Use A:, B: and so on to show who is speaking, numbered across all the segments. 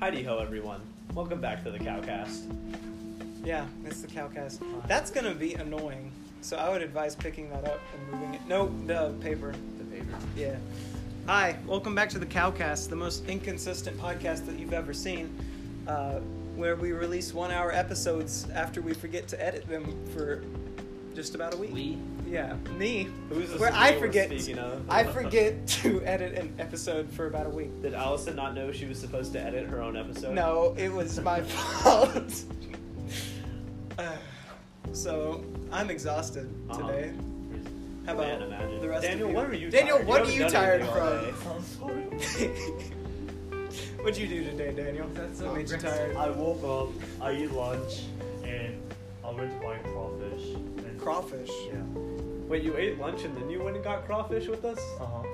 A: Heidi ho, everyone. Welcome back to the Cowcast.
B: Yeah, it's the Cowcast. That's gonna be annoying. So I would advise picking that up and moving it. No, the paper.
A: The paper.
B: Yeah. Hi, welcome back to the Cowcast, the most inconsistent podcast that you've ever seen, uh, where we release one-hour episodes after we forget to edit them for just about a week.
C: We
B: Yeah, me.
A: Who's this
B: where I
A: we
B: forget.
A: speaking of?
B: I forget to edit an episode for about a week.
A: Did Allison not know she was supposed to edit her own episode?
B: No, it was my fault. Uh, so I'm exhausted
A: Uh-huh.
B: today. How about
A: Can't imagine.
B: the rest
A: Daniel,
B: of you?
A: what are you
B: Daniel,
A: tired?
B: what
A: You
B: are you
A: haven't done
B: tired
A: anything all day.
B: from? What'd you do today, Daniel? That's what made you tired.
D: I woke up, I eat lunch, and I went to buy crawfish. And
B: Crawfish.
D: Yeah.
A: Wait, you ate lunch and then you went and got crawfish with us?
B: Oh.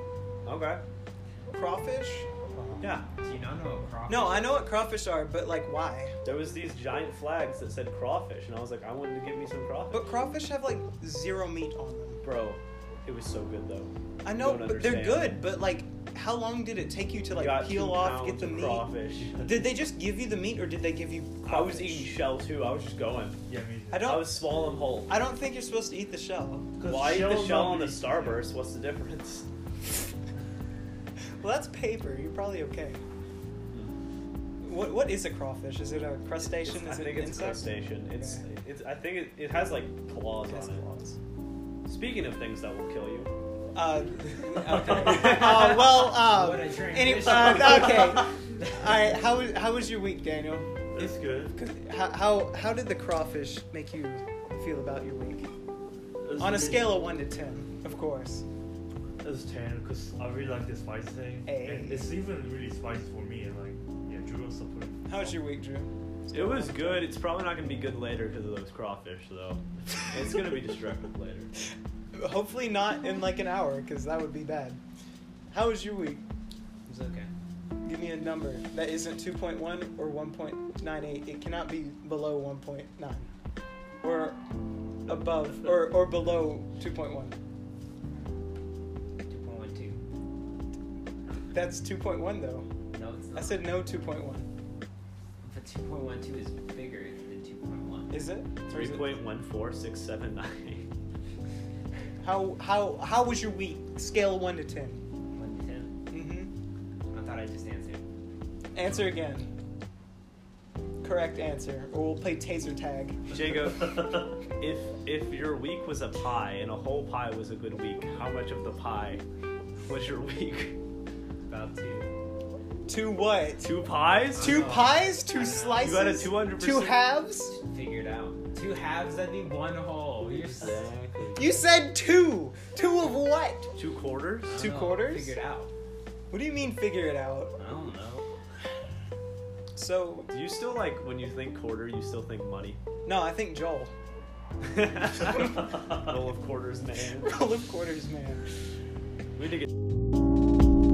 D: Uh huh.
A: Okay.
B: Crawfish?
D: Uh-huh.
A: Yeah.
C: do you not know what crawfish?
B: No,
C: is?
B: I know what crawfish are, but like why?
A: There was these giant flags that said crawfish, and I was like, I wanted to give me some crawfish.
B: But crawfish have like zero meat on them.
A: Bro, it was so good though.
B: I know,
A: Don't
B: but they're
A: understand.
B: good. But like, how long did it take you to like
A: Got
B: peel
A: two
B: off, get
A: pounds
B: the
A: of
B: meat?
A: crawfish.
B: Did they just give you the meat, or did they give you?
A: I was
B: crawfish?
A: eating shell too. I was just going.
D: Yeah, me too.
B: I don't.
A: I was swallowing whole.
B: I don't think you're supposed to eat the shell.
D: 'Cause
A: Why eat the
D: shell's
A: shell
D: not
A: on the
D: really-
A: starburst? What's the difference?
B: Well, that's paper. You're probably okay. What What is a crawfish? Is it a crustacean?
A: It's-
B: is
A: I
B: it
A: think
B: an
A: it's a
B: insect?
A: crustacean. It's,
B: Okay.
A: it's. I think it, it has like claws
B: It has
A: on it.
B: claws.
A: Speaking of things that will kill you,
B: Uh, okay. uh, well, um,
C: What a transition.
B: any, uh, okay. All right. How was How was your week, Daniel?
D: It's good.
B: 'Cause How, how How did the crawfish make you feel about your week? On a scale of one to ten, of course.
D: It's ten because I really like the spicy thing,
B: Hey.
D: and it's even really spicy for me. And like, yeah, Drew also put.
B: How was your week, Drew?
A: it was good. It's probably not gonna be good later because of those crawfish, though. it's gonna be destructive later.
B: Hopefully not in like an hour, because that would be bad. How was your week?
C: It's okay.
B: Give me a number that isn't 2.1 or 1.98. It cannot be below 1.9 or above or, or below 2.1.
C: Two point one two.
B: That's 2.1 though.
C: No, it's not.
B: I said no 2.1.
C: But two point one two is bigger than two point one.
B: Is it? Or
A: Three
B: is it-
A: point one four six seven nine.
B: How how how was your week? Scale 1 to 10.
C: One to ten.
A: Mm-hmm.
B: Mhm.
C: I thought I just answered.
B: Answer again. Correct answer, or we'll play taser tag.
A: Jacob, if if your week was a pie and a whole pie was a good week, how much of the pie was your week?
C: About two.
B: Two what?
A: Two pies?
B: Two
C: Uh,
B: pies,
C: I
B: two
C: don't know.
B: slices,
A: You got a 200%.
B: two halves.
C: Figured out. Two halves, that'd be one whole. You're s-
B: You said two. Two of what?
A: Two quarters?
C: I don't
B: Two
C: know.
B: quarters?
C: Figured out.
B: What do you mean figure it out?
C: I don't know.
B: So
A: Do you still like when you think quarter, you still think money?
B: no, I think Joel.
A: Roll of quarters, man.
B: Roll of quarters, man.
A: We need to get.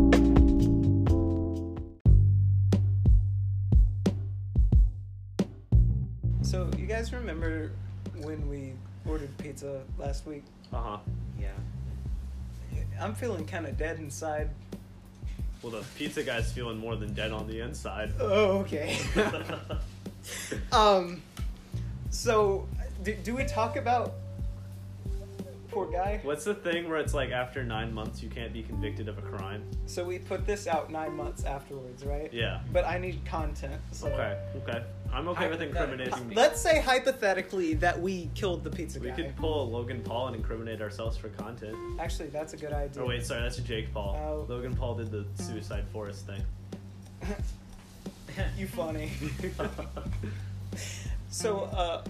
B: So you guys remember when we ordered pizza last week?
A: Uh huh.
C: Yeah.
B: I'm feeling kind of dead inside.
A: Well, the pizza guy's feeling more than dead on the inside.
B: Oh, okay. um, so do, do we talk about poor guy?
A: What's the thing where it's like after nine months you can't be convicted of a crime?
B: So we put this out nine months afterwards, right?
A: Yeah.
B: But I need content. So.
A: Okay. Okay. I'm okay with incriminating.
B: Let's say hypothetically that we killed the pizza
A: We
B: guy.
A: could pull a Logan Paul and incriminate ourselves for content.
B: Actually, that's a good idea.
A: Oh wait, sorry, that's a Jake Paul.
B: Oh.
A: Logan Paul did the Suicide Forest thing.
B: you funny. so, uh,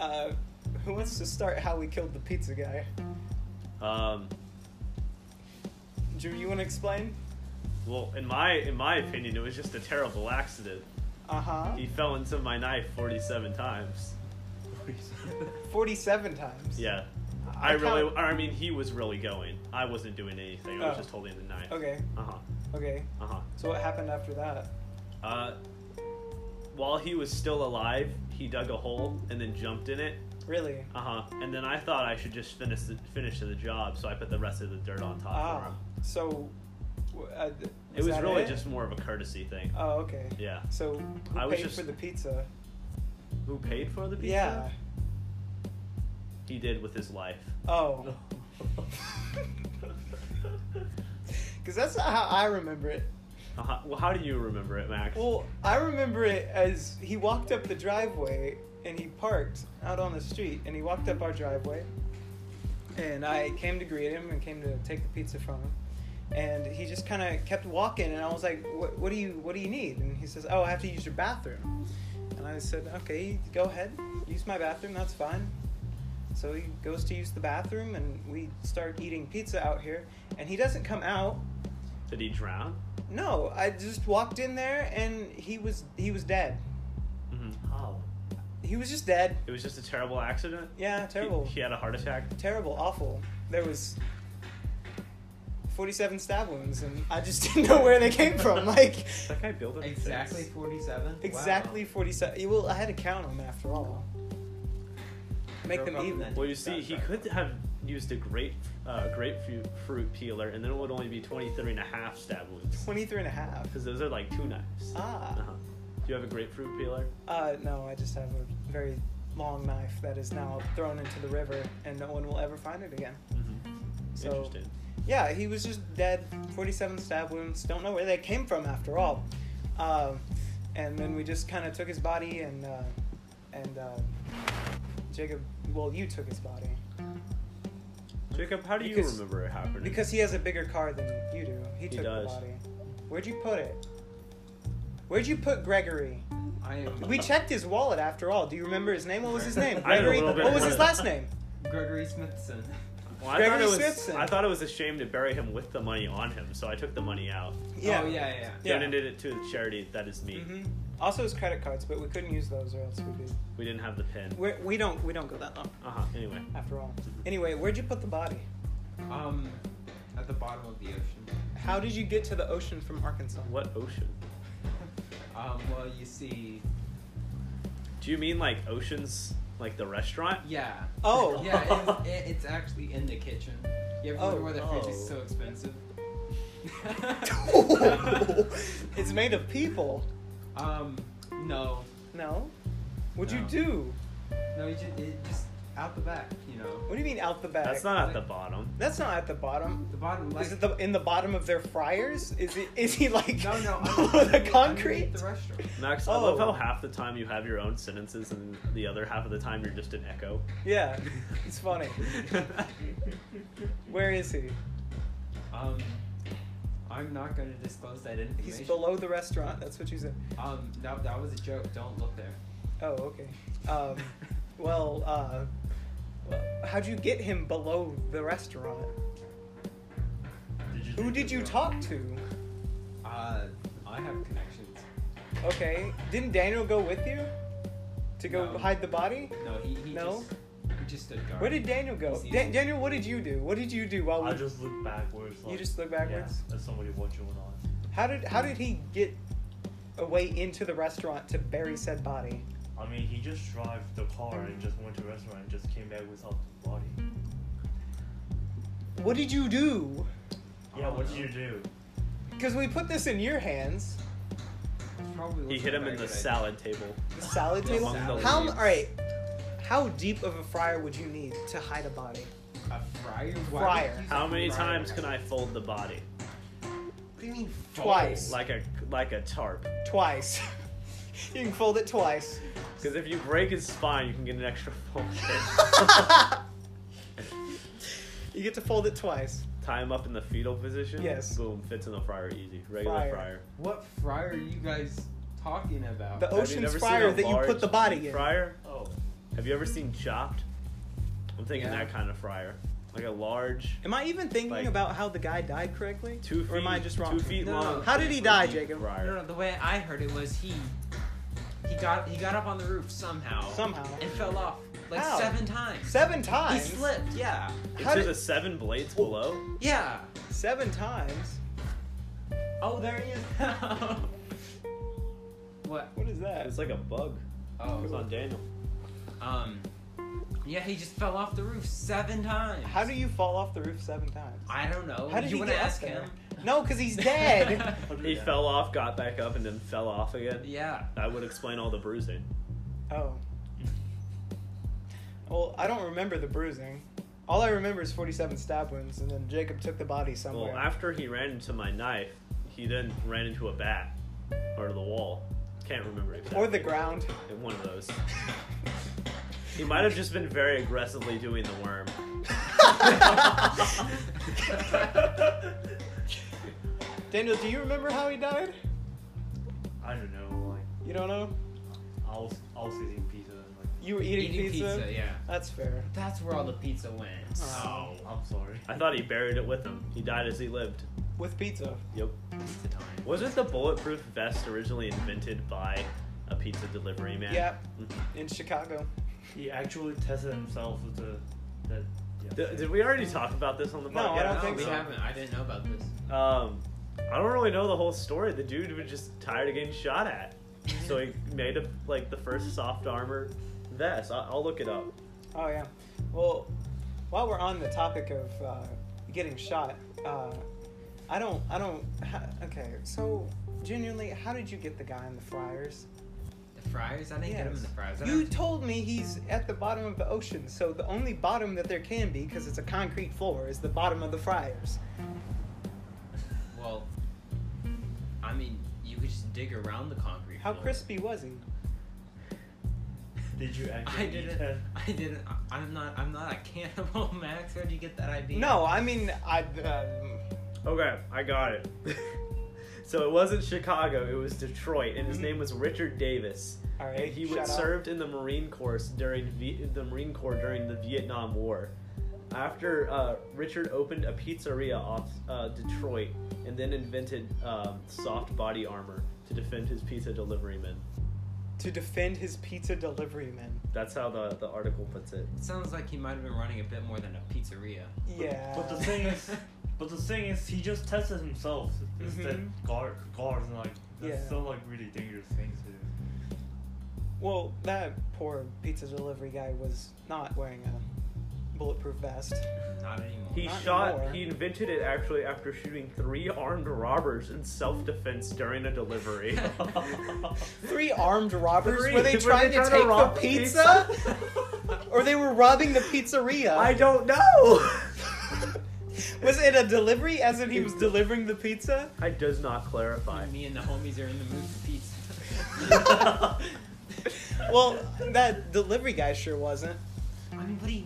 B: uh, who wants to start how we killed the pizza guy?
A: um,
B: Drew, you want to explain?
A: well, in my in my opinion, it was just a terrible accident.
B: Uh huh.
A: He fell into my knife 47 times.
B: Forty-seven times.
A: Yeah. I
B: I
A: really,
B: count-
A: I mean, he was really going. I wasn't doing anything. I was
B: Oh.
A: just holding the knife.
B: Okay.
A: Uh huh.
B: Okay.
A: Uh huh.
B: So what happened after that?
A: Uh, while he was still alive, he dug a hole and then jumped in it.
B: Really?
A: Uh huh. And then I thought I should just finish the, finish the job, so I put the rest of the dirt on top for
B: Ah.
A: him.
B: So W- uh, th-
A: Uh, uh-huh. It was
B: Ah. that
A: really just more of a courtesy thing.
B: Oh, okay.
A: Yeah.
B: So who
A: I was
B: paid
A: just-
B: for the pizza?
A: Who paid for the pizza?
B: Yeah.
A: He did with his life.
B: Oh, because that's not how I remember it.
A: Uh-huh. Well, how do you remember it, Max?
B: Well, I remember it as he walked up the driveway and he parked out on the street and he walked up our driveway. And I came to greet him and came to take the pizza from him. And he just kind of kept walking and I was like, what, what do you what do you need? And he says, "Oh, I have to use your bathroom." And I said, "Okay, go ahead. Use my bathroom. That's fine." So he goes to use the bathroom and we start eating pizza out here and he doesn't come out
A: did he drown?
B: no, I just walked in there and he was he was dead. Mm-hmm.
A: hmm
D: How?
B: He was just dead.
A: It was just a terrible accident.
B: Yeah,
A: He-
B: terrible.
A: He, had a heart attack.
B: Terrible, awful. There was 47 stab wounds and I just didn't know where they came from. Like
A: That guy built a
C: Exactly 47?
B: exactly 47. Well, I had to count them after all. Make
C: Broke
B: them
C: up
B: even.
C: then.
A: Well, you see, he could have used a grape, uh, grapefruit fruit peeler, and then it would only be 23 and a half stab wounds.
B: 23 and a half.
A: Because those are like two knives.
B: Ah.
A: Uh-huh. Do you have a grapefruit peeler?
B: Uh, no, I just have a very long knife that is now thrown into the river and no one will ever find it again.
A: Mm-hmm.
B: So
A: Interesting.
B: Yeah, he was just dead. 47 stab wounds. Don't know where they came from after all. Um, and then we just kind of took his body and uh, and uh, Jacob. Well, you took his body
A: Jacob, how do you
B: Because-
A: remember it happening?
B: because he has a bigger car than you do. He
A: He
B: took
A: does.
B: the body. Where'd you put it? Where'd you put Gregory?
C: I am
B: We checked his wallet after all. Do you remember his name? What was his name?
A: I had a
B: Gregory.
A: little bit
B: What was his
A: more.
B: last name?
C: Gregory Smithson.
A: Well, I
B: Gregory
A: thought it was,
B: Smithson.
A: I thought it was a shame to bury him with the money on him, so I took the money out,
C: Oh, yeah, yeah.
B: Yeah.
A: donated it to the charity that is me.
B: hmm Also his credit cards, but we couldn't use those or else we'd be.
A: We didn't have the pin.
B: We're, we don't we don't go that long.
A: Uh huh. Anyway,
B: after all. Anyway, where'd you put the body?
C: Um, at the bottom of the ocean.
B: How did you get to the ocean from Arkansas?
A: what ocean?
C: Um, well, you see,
A: Do you mean like oceans, like the restaurant?
C: yeah.
B: Oh.
C: Yeah, it's, it, it's actually in the kitchen. You ever
B: Oh. oh.
C: wonder why the fridge
A: Oh.
C: is so expensive?
B: it's made of people.
C: um, no.
B: No. What'd you
C: No.
B: do?
C: No, you just, it, just out the back, you know.
B: What do you mean out the back?
A: That's not at the bottom.
B: That's not at the bottom.
C: The bottom, like.
B: Is it the in the bottom of their fryers? Is it is he like
C: no, no,
B: below
C: underneath-
B: the
C: underneath
B: concrete?
C: The restaurant.
A: Max, I
B: Oh.
A: love how half the time you have your own sentences and the other half of the time you're just an echo.
B: Yeah. It's funny. Where is he?
C: Um, I'm not going to disclose that information.
B: He's below the restaurant. That's what you said.
C: Um, that, that was a joke. Don't look there.
B: Oh, okay. Um, well, uh, how'd you get him below the restaurant?
D: Did you
B: Who
D: think
B: did
D: that
B: you
D: were-
B: talk to?
C: Uh, I have connections.
B: Okay. Didn't Daniel go with you to go
C: No.
B: hide the body?
C: No, he, he
B: No?
C: just he just stood guard.
B: Where did Daniel go?
C: He's
B: Da-
C: easy.
B: Daniel, what did you do? What did you do while we?
D: I just looked backwards. Like,
B: you just look backwards.
D: Yeah, as somebody watching went on.
B: How did how did he get away into the restaurant to bury said body?
D: I mean, he just drove the car and just went to a restaurant and just came back without the body.
B: What did you do?
D: Yeah,
C: Oh,
D: what did
C: no.
D: you do?
B: Because we put this in your hands,
C: It's probably
A: he
C: wasn't
A: hit
C: a
A: him
C: very
A: in the
C: good
A: salad table.
B: the salad
C: The
B: table.
C: salad.
B: How all right? How deep of a fryer would you need to hide a body?
C: idea. A fryer. Why
B: Fryer.
C: would you
A: How
C: say
A: many
C: fryer?
A: times can I fold the body?
C: What do you mean
B: Twice.
A: Like a like a tarp.
B: Twice. you can fold it twice.
A: Because if you break his spine, you can get an extra fold.
B: you get to fold it twice.
A: Tie him up in the fetal position.
B: Yes.
A: Boom, fits in the fryer easy. Regular
B: Fryer.
A: fryer.
C: What fryer are you guys talking about?
B: The
A: Have you
B: ocean's
A: never seen
B: fryer
A: a
B: that you put
A: large
B: the body
A: deep
B: in.
A: Fryer.
D: Oh,
A: Have you ever seen Chopped? I'm thinking
C: Yeah.
A: that kind of fryer, like a large,
B: Am I even thinking
A: Like-
B: about how the guy died correctly?
A: two feet,
B: Or am I just wrong?
A: two feet
C: No,
A: long.
B: How did he die, Jacob?
A: Fryer.
C: no, no. The way I heard it was he he got he got up on the roof somehow
B: Somehow.
C: and fell off like
B: How?
C: seven times.
B: Seven times.
C: He slipped. Yeah.
A: It
B: How
A: says
B: did-
A: a seven blades below.
C: Yeah.
B: Seven times.
C: Oh, there he is now. what?
B: What is that?
A: It's like a bug. It was
C: Oh.
A: on Daniel.
C: Um. Yeah, he just fell off the roof seven times.
B: How do you fall off the roof seven times?
C: I don't know.
B: How did
C: you
B: he
C: wanna
B: get up
C: ask
B: there?
C: him?
B: No, because he's dead.
A: He
D: Yeah.
A: fell off, got back up, and then fell off again.
C: yeah.
A: That would explain all the bruising.
B: oh. Well, I don't remember the bruising. All I remember is 47 stab wounds, and then Jacob took the body somewhere.
A: Well, after he ran into my knife, he then ran into a bat or the wall. Can't remember exactly.
B: or the ground.
A: In one of those. He might have just been very aggressively doing the worm.
B: Daniel, do you remember how he died?
D: I don't know. Like
B: You don't know?
D: I was, I was eating pizza. And, like
B: You were eating,
C: yeah.
B: That's fair.
C: That's where all the pizza went.
B: Oh.
D: I'm sorry.
A: I thought he buried it with him. He died as he lived.
B: With pizza.
A: Yep.
C: Pizza time.
A: Wasn't the bulletproof vest originally invented by a pizza delivery man? Mm-hmm.
B: Yep. In Chicago.
D: He actually tested himself with the that. Yeah.
A: Did, did we already talk about this on the podcast?
B: No, I don't
C: no,
B: think
C: we
B: so.
C: haven't. I didn't know about this.
A: Um, I don't really know the whole story. The dude was just tired of getting shot at, so he made up like the first soft armor vest. I- I'll look it up.
B: Oh yeah. Well, while we're on the topic of uh, getting shot, uh, I don't, I don't. Ha- okay, so genuinely, how did you get the guy in the fryers?
C: The fries? I didn't get them in the
B: Yes.
C: fries. I
B: You
C: don't-
B: told me he's at the bottom of the ocean, so the only bottom that there can be, because it's a concrete floor, is the bottom of the fryers.
C: well, I mean, you could just dig around the concrete.
B: How
C: floor.
B: crispy was he?
D: Did you actually
C: I
D: eat
C: didn't.
D: that?
C: I didn't. I- I'm not. I'm not a cannibal, Max. Where'd you get that idea?
B: No, I mean, I. Um,
A: Okay, I got it. so it wasn't Chicago; it was Detroit, and his
B: Mhm.
A: name was Richard Davis.
B: all right.
A: And he
B: shut
A: was
B: up.
A: served in the Marine Corps during v- the Marine Corps during the Vietnam War. After uh, Richard opened a pizzeria off uh, Detroit and then invented um, soft body armor to defend his pizza delivery men.
B: to defend his pizza delivery man.
A: That's how the, the article puts it.
C: It sounds like he might have been running a bit more than a pizzeria.
B: Yeah.
D: But the thing is, but the thing is, he just tested himself. It's
B: Mhm.
D: that guard, guards, and like that's
B: Yeah.
D: still like really dangerous things to do.
B: Well, that poor pizza delivery guy was not wearing a bulletproof vest.
C: Not anymore.
A: He
B: Not
A: shot.
B: anymore.
A: He invented it actually after shooting three armed robbers in self defense during a delivery.
B: Three armed robbers?
A: Three.
B: Were they
A: Were
B: trying
A: they
B: to
A: trying to
B: take
A: rob
B: the
A: the
B: pizza?
A: pizza?
B: or they were robbing the pizzeria?
A: I don't know.
B: was it a delivery as in he was delivering the pizza?
A: I does not clarify.
C: Me and the homies are in the mood for pizza.
B: Well, that delivery guy sure wasn't.
C: I mean, what are you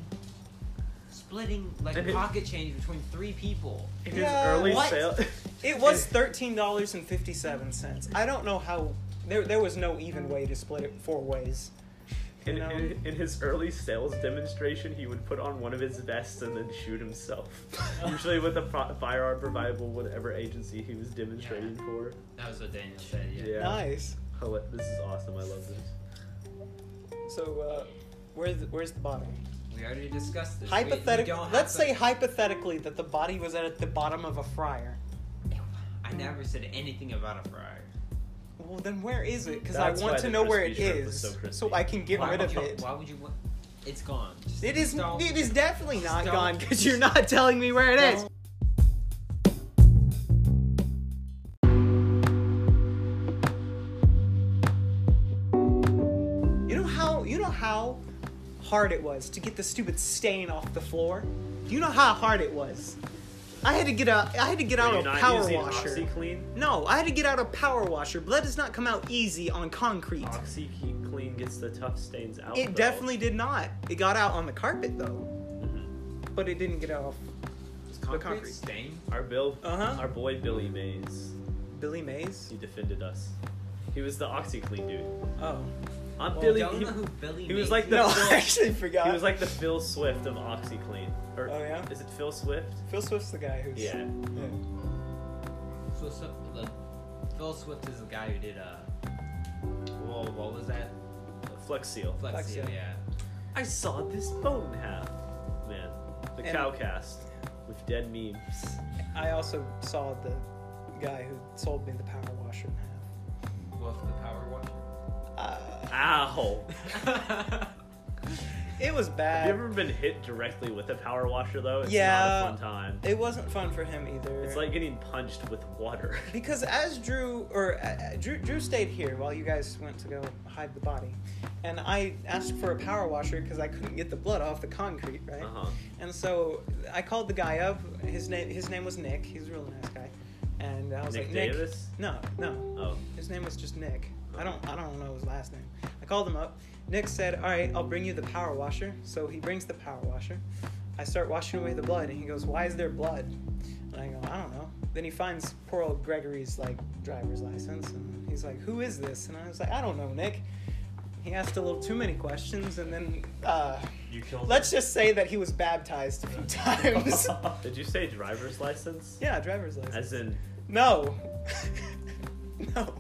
C: splitting like
A: And it-
C: pocket change between three people?
A: In
B: Yeah.
A: his early
C: What?
A: sale,
B: It was $13.57. I don't know how. There, there was no even way to split it four ways.
A: in,
B: You know?
A: in, in his early sales demonstration, he would put on one of his vests and then shoot himself. Usually with a pro- firearm providable, whatever agency he was demonstrating for.
C: That was what Daniel said. Yeah.
A: Yeah.
B: Nice.
A: Hila- This is awesome. I love this.
B: So, uh, where's, where's the bottom?
C: We already discussed this.
B: Hypothetically,
C: Hypothetical.
B: let's say hypothetically that the body was at the bottom of a fryer.
C: I never said anything about a fryer.
B: Well, then where is it? Because I
A: That's
B: want
A: why
B: to
A: the
B: know where it
A: crispy shrimp
B: is,
A: was so
B: so,
A: crispy.
B: I can get
C: why
B: rid
C: would
B: of
C: you,
B: it.
C: Why would you? want- It's gone. Just
B: It is.
C: Don't,
B: It is definitely not
C: Stone.
B: gone because you're not telling me where it is.
C: Stone.
B: You know how you know how hard it was to get the stupid stain off the floor. You know how hard it was. I had to get out. I had to get
A: Are you
B: out a
A: not
B: power
A: using
B: washer.
A: OxyClean?
B: No, I had to get out a power washer. Blood does not come out easy on concrete.
A: OxyClean gets the tough stains out.
B: It
A: though.
B: definitely did not. It got out on the carpet though,
A: Mm-hmm.
B: but it didn't get out off
C: Is concrete,
B: concrete.
C: stain.
A: Our Bill,
B: Uh-huh.
A: our boy Billy Mays,
B: Billy Mays.
A: he defended us. He was the OxyClean dude.
B: Oh
A: I'm
C: Well,
A: Billy.
C: don't
A: he-
C: know who Billy.
A: he was
C: Mays
A: like
C: is.
A: the-
B: no,
A: Phil-
B: I actually forgot.
A: He was like the Phil Swift of OxyClean. Or,
B: Oh, yeah?
A: Is it Phil Swift?
B: Phil Swift's the guy who's
A: Yeah.
B: Yeah.
C: Phil Swift, the, Phil Swift is the guy who did uh. Well, what was that?
A: Flex Seal.
C: Flex,
B: Flex
C: Seal,
B: Seal.
C: Yeah.
A: I saw this bone half. Man, the
B: And-
A: cow cast with dead memes.
B: I also saw the guy who sold me the power washer in half.
C: Wolf the power washer.
B: Uh,
A: Ow!
B: it was bad.
A: Have you ever been hit directly with a power washer though? It's
B: Yeah.
A: not a fun time.
B: It wasn't fun for him either.
A: It's like getting punched with water.
B: because as Drew or uh, uh, Drew, Drew stayed here while you guys went to go hide the body, and I asked for a power washer because I couldn't get the blood off the concrete, right?
A: Uh-huh.
B: And so I called the guy up. His name his name was Nick. He's a really nice guy, and I was
A: Nick
B: like
A: Davis?
B: Nick. No, no,
A: Oh.
B: his name was just Nick. I don't I don't know his last name. I called him up. Nick said, "All right, I'll bring you the power washer." So he brings the power washer. I start washing away the blood, and he goes, "Why is there blood?" And I go, "I don't know." Then he finds poor old Gregory's like driver's license, and he's like, "Who is this?" And I was like, "I don't know, Nick." He asked a little too many questions, and then uh,
D: You killed
B: let's just say that he was baptized a few times.
A: oh, Did you say driver's license?
B: yeah, driver's license.
A: As in,
B: No. no.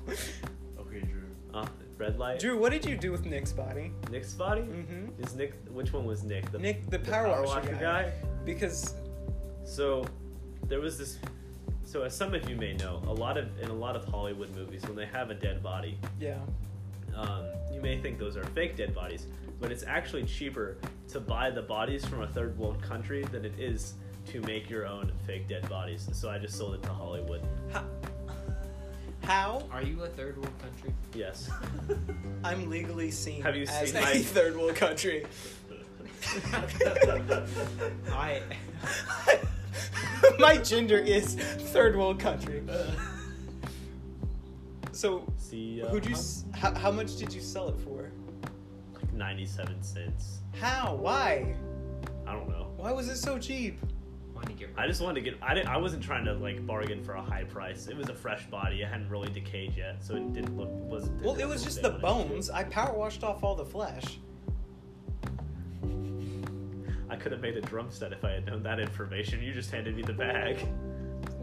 D: Okay, Drew.
A: uh, red light.
B: Drew, what did you do with Nick's body?
A: Nick's body.
B: Mm-hmm.
A: Is Nick? Which one was Nick? The
B: Nick, the power, washer, guy.
A: guy.
B: Because
A: So there was this. So as some of you may know, a lot of in a lot of Hollywood movies, when they have a dead body,
B: yeah,
A: um, you may think those are fake dead bodies, but it's actually cheaper to buy the bodies from a third world country than it is to make your own fake dead bodies. So I just sold it to Hollywood.
B: how? How?
C: Are you a third world country?
A: Yes.
B: I'm legally seen
A: Have you
B: as
A: seen
B: a
A: my-
B: third world country.
C: I.
B: my gender is third world country. So,
A: See. Uh,
B: who'd you? s- How, how much did you sell it for?
A: Like Ninety-seven cents.
B: How? Why?
A: I don't know.
B: Why was it so cheap?
C: Want to get rid
A: I just wanted to get. I didn't. I wasn't trying to like bargain for a high price. It was a fresh body. It hadn't really decayed yet, so it didn't look. Was
B: Well, it was just the bones. I power washed off all the flesh.
A: I could have made a drum set if I had known that information. You just handed me the bag.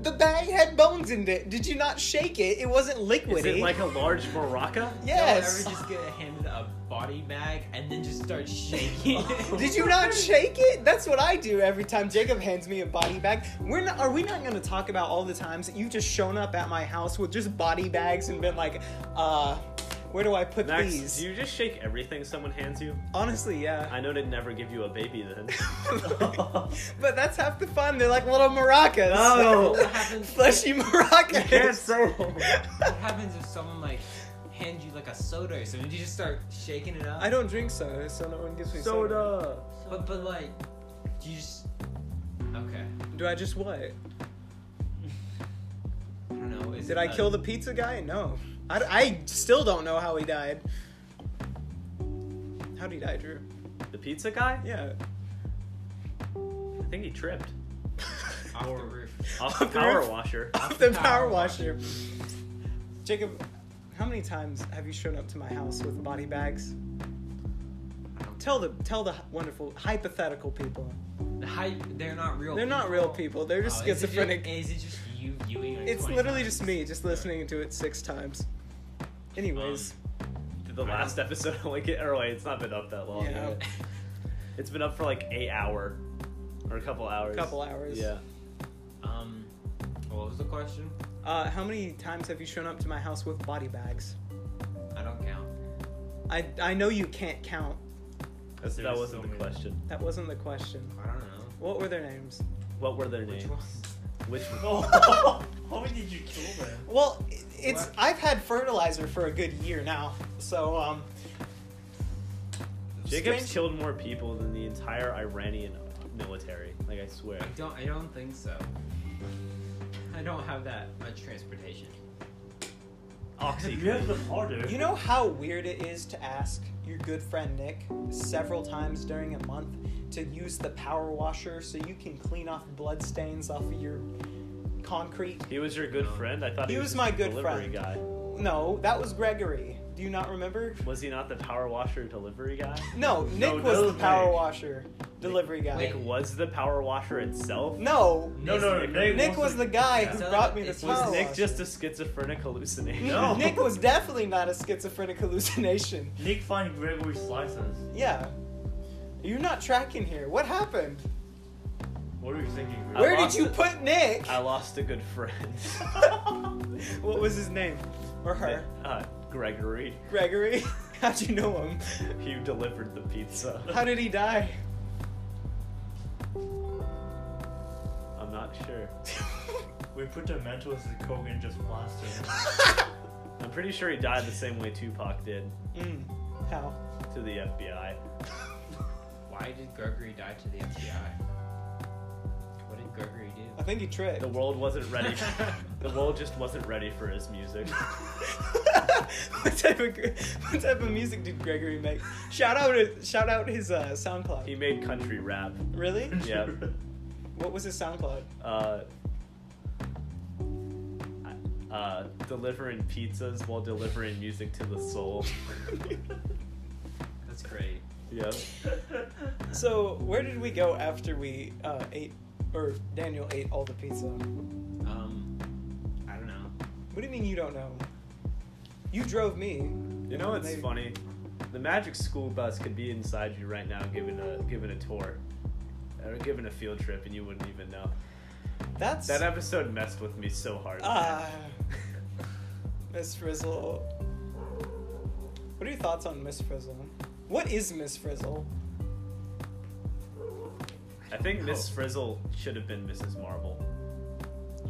B: The bag had bones in it. Did you not shake it? It wasn't liquidy.
A: Is it like a large maraca?
B: yes.
C: Don't ever just get handed a body bag and then just start shaking it.
B: Did you not shake it? That's what I do every time Jacob hands me a body bag. We're not, are we not going to talk about all the times that you've just shown up at my house with just body bags and been like, uh, where do I put
A: Max,
B: these?
A: do you just shake everything someone hands you?
B: Honestly, yeah.
A: I know to never give you a baby then.
B: but that's half the fun. They're like little maracas.
A: No.
C: What happens?
B: Fleshy maracas.
A: say
C: What happens if someone like hands you like a soda or something? Do you just start shaking it up?
B: I don't drink soda, so no one gives me soda.
A: soda.
C: But but like, do you just? Okay.
B: Do I just what?
C: I don't know. Is
B: Did
C: it
B: I
C: a-
B: kill the pizza guy? No. I, I still don't know how he died. How did he die, Drew?
A: The pizza guy?
B: Yeah.
A: I think he tripped
C: off the roof?
A: off the
B: Off the
A: power
B: roof.
A: washer.
B: Off the power washer. Jacob, how many times have you shown up to my house with body bags? Tell the tell the wonderful hypothetical people.
C: The hy- they're not real.
B: They're not real people. They're just
C: Oh, is it ju-
B: schizophrenic.
C: Is it just you viewing? Like
B: it's
C: 20
B: literally
C: times?
B: just me, just listening to it six times. Anyways,
A: Did the last episode only get? Or wait, it's not been up that long.
B: Yeah.
A: yet. It's been up for like eight hour or a couple hours.
B: a couple hours.
A: Yeah.
C: Um, what was the question?
B: Uh, how many times have you shown up to my house with body bags?
C: I don't count.
B: I I know you can't count.
A: That's,
D: There
A: that
D: was
A: wasn't
D: so
A: the
D: many.
A: question.
B: That wasn't the question.
C: I don't know.
B: What were their names?
A: What were their
C: Which
A: names?
C: one?
A: Which one?
D: Oh, how many did you kill then?
B: Well, i- it's
C: What?
B: I've had fertilizer for a good year now, so um.
A: Jacob's
B: strange-
A: killed more people than the entire Iranian military. Like I swear.
C: I don't. I don't think so. I don't have that much transportation.
A: Oxy.
D: You have the harder.
B: You know how weird it is to ask your good friend Nick several times during a month to use the power washer so you can clean off blood stains off of your concrete.
A: he was your good
C: No.
A: friend. I thought he,
B: He was
A: just
B: my
A: a
B: good
A: delivery
B: friend.
A: guy.
B: No, that was Gregory. Do you not remember?
A: Was he not the power washer delivery guy?
B: No, Nick
D: No,
B: was
D: no,
B: the power
D: Nick.
B: washer delivery guy.
A: Nick was the power washer itself.
B: No,
D: No, no, Nick,
B: Nick was the guy who
C: Yeah.
B: brought me the
C: It's-
B: power.
A: Was
C: Power
A: Nick
B: washer.
A: just a schizophrenic hallucination?
D: No.
B: Nick was definitely not a schizophrenic hallucination.
D: Nick find Gregory's license.
B: Yeah. You're not tracking here. What happened?
D: What are you thinking,
A: I
B: Where
D: Gregory?
B: did
A: lost
B: you
A: it.
B: put Nick?
A: I lost a good friend.
B: what was his name? Or her?
A: Uh, Gregory.
B: Gregory? How'd you know him?
A: He delivered the pizza.
B: How did he die?
A: I'm not sure.
D: We put Dementos in Coke and just blast him.
B: Hmm.
A: I'm pretty sure he died the same way Tupac did
B: mm, how?
A: to the FBI.
C: Why did Gregory die to the FBI? What did Gregory
B: I
C: do?
B: think he tricked.
A: The world wasn't ready. the world just wasn't ready for his music.
B: what type of gr- what type of music did Gregory make? Shout out his- shout out his uh, SoundCloud.
A: He made country rap.
B: really?
A: Yeah.
B: What was his SoundCloud?
A: Uh, uh, delivering pizzas while delivering music to the soul.
C: That's great.
A: Yep.
B: So where did we go after we uh, ate or Daniel ate all the pizza? What
C: Um, I don't know.
B: do you mean you don't know? You drove me.
A: You know what's
B: Maybe-
A: funny? The magic school bus could be inside you right now, giving a giving a tour, or giving a field trip, and you wouldn't even know.
B: That's
A: That episode messed with me so hard.
B: ah, Miss Frizzle. What are your thoughts on Miss Frizzle? What is Miss Frizzle?
A: I think Miss
C: Oh.
A: Frizzle should have been Mrs. Marvel.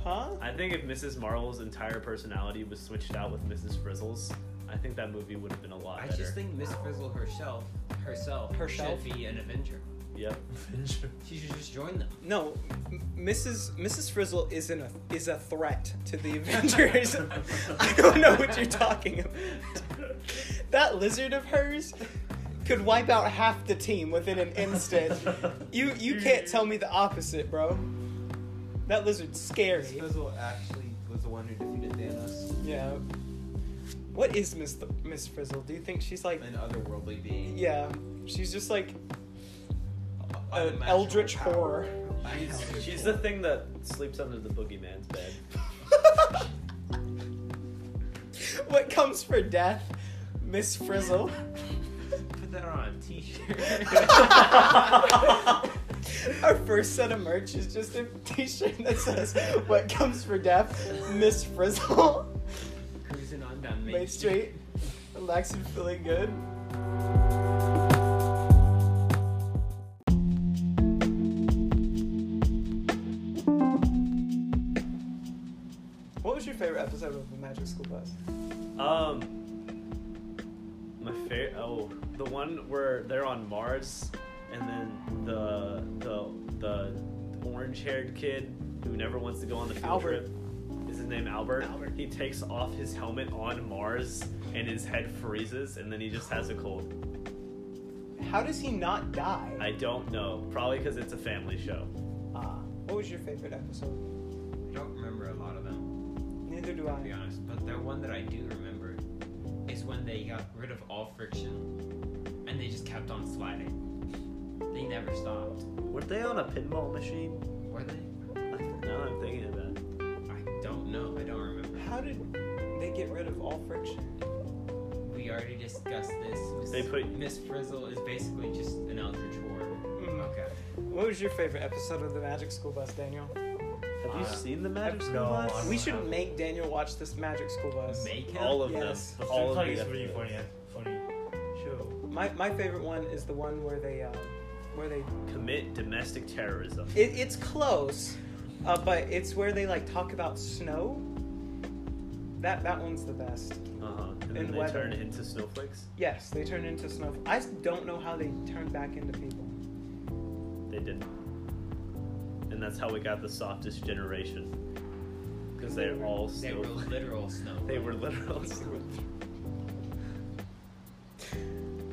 B: Huh?
A: I think if Mrs. Marvel's entire personality was switched out with Mrs. Frizzle's, I think that movie would have been a lot
C: I
A: better.
C: just think Miss Frizzle herself, herself,
B: Herself?
C: should be an Avenger.
A: Yep.
C: She should just join them.
B: No, M- Mrs. Mrs. Frizzle is an is a threat to the Avengers. I don't know what you're talking about. That lizard of hers could wipe out half the team within an instant. You you can't tell me the opposite, bro. That lizard's
E: Miss
B: scary.
E: Frizzle actually was the one who defeated Thanos,
B: Yeah. What is Miss Th- Miss Frizzle? Do you think she's like
E: an otherworldly being.
B: yeah, she's just like an
E: Unimaginable
B: eldritch
E: power.
B: horror.
E: She's,
A: She's the thing that sleeps under the boogeyman's bed.
B: what comes for death? Miss Frizzle.
C: Put that on a T-shirt.
B: Our first set of merch is just a t-shirt that says "What comes for death, Miss Frizzle."
C: Cruising on down Main
B: Main Street, relaxed and feeling good. What was your favorite episode of The Magic School Bus?
A: Um, my favorite. Oh, the one where they're on Mars, and then the the the orange-haired kid who never wants to go on the field
B: Albert.
A: trip. Is his name Albert?
B: Albert.
A: He takes off his helmet on Mars, and his head freezes, and then he just has a cold.
B: How does he not die?
A: I don't know. Probably because it's a family show.
B: Ah, what was your favorite episode?
C: I don't remember a lot of them,
B: Neither do
C: to be
B: I.
C: honest. But the one that I do remember is when they got rid of all friction, and they just kept on sliding. They never stopped.
A: Were they on a pinball machine?
C: Were they?
A: Now that I'm thinking about it.
C: I don't know. I don't remember.
B: How did they get rid of all friction?
C: We already discussed this. Miss-
A: They put-
C: Miss Frizzle is basically just an eldritch horror.
A: Mm-hmm.
C: Okay.
B: What was your favorite episode of The Magic School Bus, Daniel?
A: Have you
C: Uh,
A: seen the Magic
D: I've-
A: School
D: no,
A: Bus?
D: I've-
B: We should make Daniel watch this Magic School Bus.
C: Make him.
A: All of
B: Yes.
A: them.
D: The
A: All
D: All
A: of
D: like
A: the
D: is really
A: episodes.
D: funny, funny show.
B: My, my favorite one is the one where they uh, where they
A: Commit domestic terrorism.
B: it, it's close, uh, but it's where they like talk about snow. That that one's the best.
A: Uh-huh. And,
B: And
A: then they
B: weather.
A: turn into snowflakes.
B: Yes, they turn into snow. I s- don't know how they turn back into people.
A: They didn't. And that's how we got the softest generation. Because they were all
C: They were
A: snowflakes.
C: literal snow.
A: They were literal snowflakes.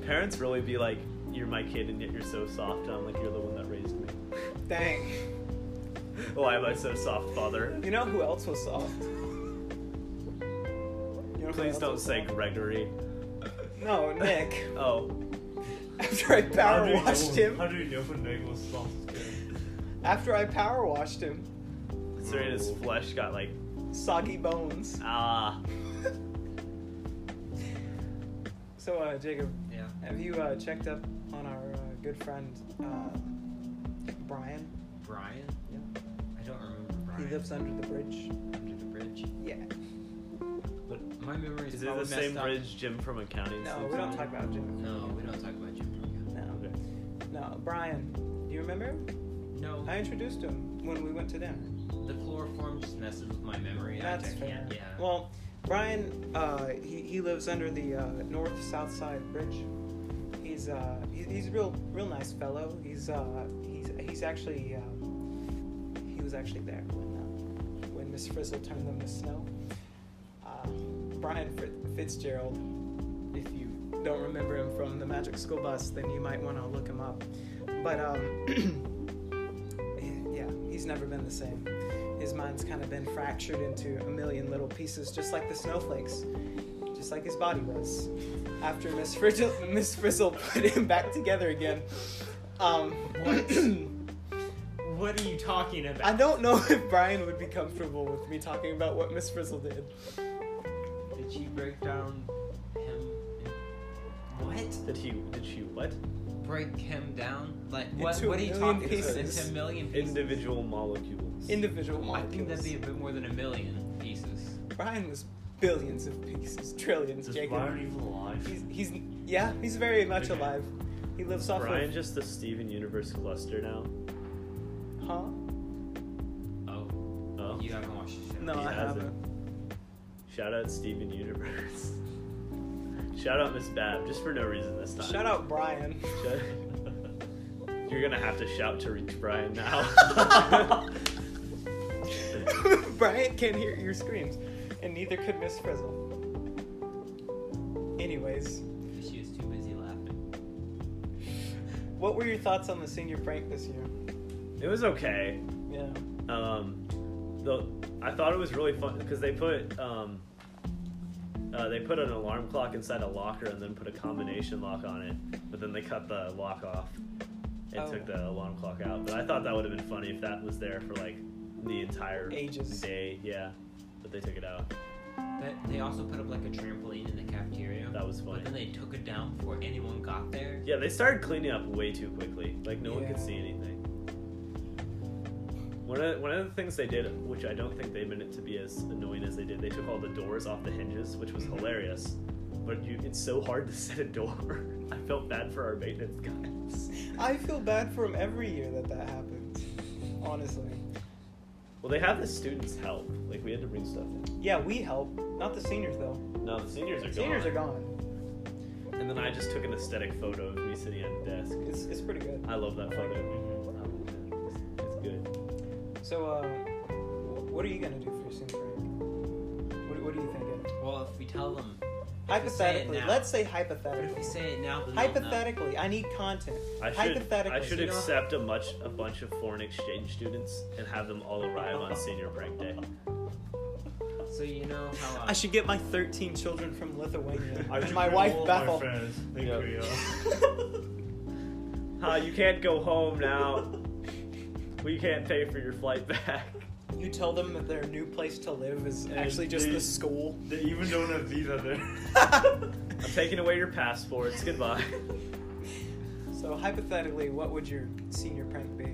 A: Parents really be like, you're my kid and yet you're so soft. And I'm like, you're the one that raised me.
B: Dang.
A: Why am I so soft, father?
B: You know who else was soft? You know who
A: Please
B: else
A: don't
B: was
A: say
B: soft?
A: Gregory.
B: No, Nick.
A: Oh,
B: After I
D: How do
B: power
D: you
B: washed
D: know, How
B: him.
D: do you know when Nick was soft?
B: After I power washed him.
A: Serena's
C: Mm.
A: flesh got like,
B: Soggy bones.
A: ah.
B: So, uh, Jacob,
C: Yeah.
B: have you uh, checked up on our uh, good friend uh, Brian?
C: Brian.
B: Yeah.
C: I don't remember Brian.
B: He lives under the bridge.
C: under the bridge.
B: Yeah.
A: But
C: My memory is,
A: is it
C: probably
A: the same
C: messed up.
A: bridge Jim from accounting?
B: No,
A: sleeps
B: we don't
A: on?
B: talk about Jim.
C: No, we don't talk about Jim.
B: No,
A: Okay.
B: no. Brian, do you remember?
C: No,
B: I introduced him when we went to dinner.
C: the chloroform just messes with my memory. I-
B: That's
C: I
B: fair.
C: can't. Yeah.
B: Well, Brian, uh, he, he lives under the uh, north south side bridge. He's uh, he, he's a real real nice fellow. He's uh, he's he's actually um, he was actually there when uh, when Miss Frizzle turned them to snow. Uh, Brian Fri- Fitzgerald, if you don't remember him from the Magic School Bus, then you might want to look him up. But um, yeah, he's never been the same his mind's kind of been fractured into a million little pieces, just like the snowflakes, just like his body was. After Miss Frizzle, Miss Frizzle put him back together again. Um,
C: what are you talking about?
B: I don't know if Brian would be comfortable with me talking about what Miss Frizzle did.
C: Did she break down him? in- What?
A: Did he? Did she what?
C: Break him down? Like what?
B: Into a
C: What are you
B: million
C: talking about?
B: pieces.
C: Into a million pieces.
A: Individual molecules.
B: Individual
C: I think
B: molecules.
C: that'd be a bit more than a million pieces.
B: Brian was billions of pieces, trillions,
D: Is Brian
B: Jacob.
D: even alive?
B: He's, he's yeah, he's very much
D: Okay.
B: alive. He lives off
A: Brian
B: of
A: just the Steven Universe cluster now.
B: huh?
C: Oh,
A: Oh,
C: you haven't watched the show.
B: No,
A: He
B: I
A: hasn't.
B: haven't.
A: shout out Steven Universe. shout out Miss Bab, just for no reason this time.
B: Shout out Brian.
A: Shout- You're gonna have to shout to reach Brian now.
B: Bryant can't hear your screams, and neither could Miss Frizzle. Anyways,
C: She was too busy laughing.
B: what were your thoughts on the senior prank this year?
A: it was okay.
B: Yeah.
A: um, the I thought it was really fun because they put um, uh, they put an alarm clock inside a locker and then put a combination lock on it, but then they cut the lock off and
B: Oh.
A: took the alarm clock out. But I thought that would have been funny if that was there for like the entire
B: Ages.
A: day. Yeah, but they took it out.
C: But they also put up like a trampoline in the cafeteria.
A: That was funny.
C: But then they took it down before anyone got there.
A: Yeah, they started cleaning up way too quickly. Like no one
B: Yeah.
A: could see anything. One of, one of the things they did, which I don't think they meant it to be as annoying as they did, they took all the doors off the hinges, which
B: Mm-hmm.
A: was hilarious. But you, it's so hard to set a door. I felt bad for our maintenance guys.
B: I feel bad for him every year that that happens. Honestly.
A: Well, they have the students help. Like we had to bring stuff in.
B: Yeah, we help. Not the seniors though.
A: No, the seniors are
B: seniors
A: gone.
B: are gone.
A: And then I just took an aesthetic photo of me sitting at a desk.
B: It's, it's pretty good.
A: I love that photo. It's good.
B: So, uh, wh- what are you gonna do for your senior prank? What, what are you thinking?
C: Well, if we tell them. if we say it
B: Hypothetically,
C: now-
B: let's say
C: But if we
B: hypothetically.
C: say it now, then they'll know.
B: Hypothetically, I need content.
A: I should,
B: Hypothetically,
A: I should
B: you know-
A: accept a much a bunch of foreign exchange students and have them all arrive on senior prank day.
C: So you know how. Uh,
B: I should get my 13 children from Lithuania.
D: I
B: and
D: took
B: my
D: all
B: wife
D: of My
B: Bethel.
D: friends in
A: Yeah.
D: Korea.
A: Ha, you can't go home now. We can't pay for your flight back.
B: you tell them that their new place to live is
D: And
B: actually just
D: they-
B: the school.
D: They even don't have these other.
A: I'm taking away your passports. Goodbye.
B: so hypothetically, what would your senior prank be?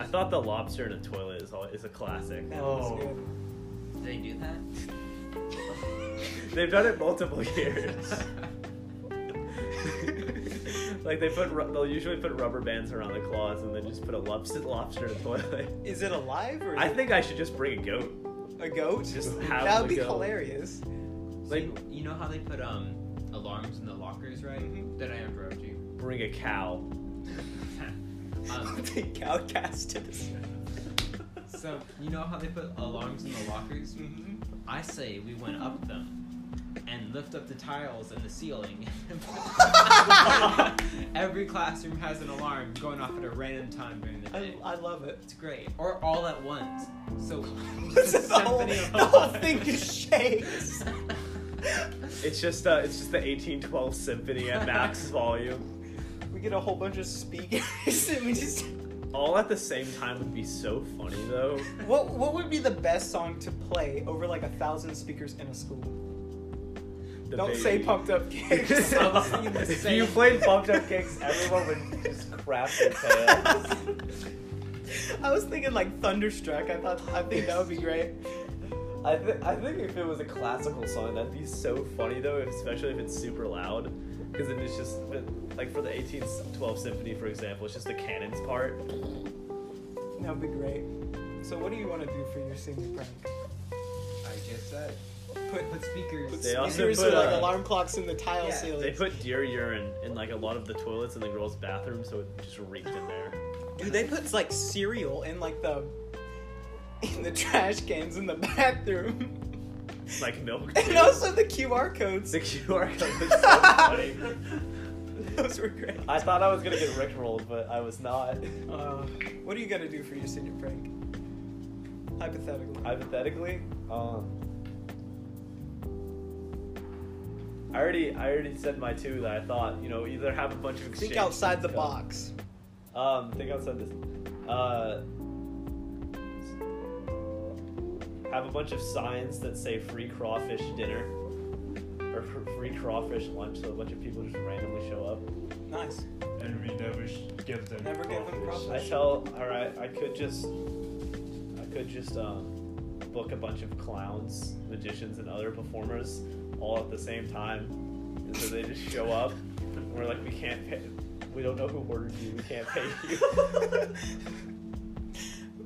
A: I thought the lobster in a toilet is, al- is a classic.
B: That
D: Oh.
B: was good.
C: Did they do that?
A: They've done it multiple years. like they put, ru- they'll usually put rubber bands around the claws and then just put a lobster lobster in a toilet.
B: Is it alive or is
A: I
B: it
A: think I should just bring a goat.
B: a goat?
A: Just have
B: that
A: the
B: would be
A: goat.
B: hilarious.
A: Like-
C: you, you know how they put um alarms in the lockers, right?
B: Mhm.
C: Did I interrupt you?
A: Bring a cow.
C: um,
B: Take cow cast to this.
C: so you know how they put alarms in the lockers?
B: Mhm.
C: I say we went up them and lift up the tiles and the ceiling. Every classroom has an alarm going off at a random time during the
B: I,
C: day.
B: I love it.
C: It's great. Or all at once. So
B: This is the whole,
C: symphony
B: the
C: of
B: whole
C: alarms.
B: thing just shakes.
A: It's just uh, it's just the 1812 symphony at max volume.
B: We get a whole bunch of speakers and we just.
A: All at the same time would be so funny though.
B: What what would be the best song to play over like a thousand speakers in a school?
A: The
B: Don't say
A: baby.
B: pumped up kicks.
A: if you played bumped up kicks, everyone would just crap their pants.
B: I was thinking like Thunderstruck. I thought I think that would be great.
A: I, th- I think if it was a classical song, that'd be so funny though, especially if it's super loud. Because then it's just, uh, like for the 1812 Symphony, for example, it's just the cannons part.
B: That would be great. So, what do you want to do for your singing prank?
E: I just said.
B: Put
E: Put speakers.
B: put
A: They also
B: speakers
A: put,
B: with like
A: uh,
B: alarm clocks in the tile
E: Yeah.
B: ceiling.
A: They put deer urine in like a lot of the toilets in the girls' bathroom, so it just reeked in there.
B: Dude, they put like cereal in like the in the trash cans in the bathroom,
A: It's like milk.
B: and also the QR codes.
A: the QR code was so funny.
B: Those were great.
A: I thought I was gonna get rickrolled, but I was not.
B: Uh, what are you gonna do for your senior prank? Hypothetically.
A: Hypothetically, um, I already I already said my two that I thought you know either have a bunch of exchange.
B: Think outside the
A: go-
B: box.
A: Um, think outside this. Uh, have a bunch of signs that say free crawfish dinner or fr- free crawfish lunch, so a bunch of people just randomly show up.
B: Nice.
D: and we never sh- give them
B: Never give them
D: crawfish.
A: I tell, all right, I could just, I could just um, book a bunch of clowns, magicians, and other performers all at the same time, and so they just show up, and we're like, we can't pay, we don't know who ordered you, we can't pay you.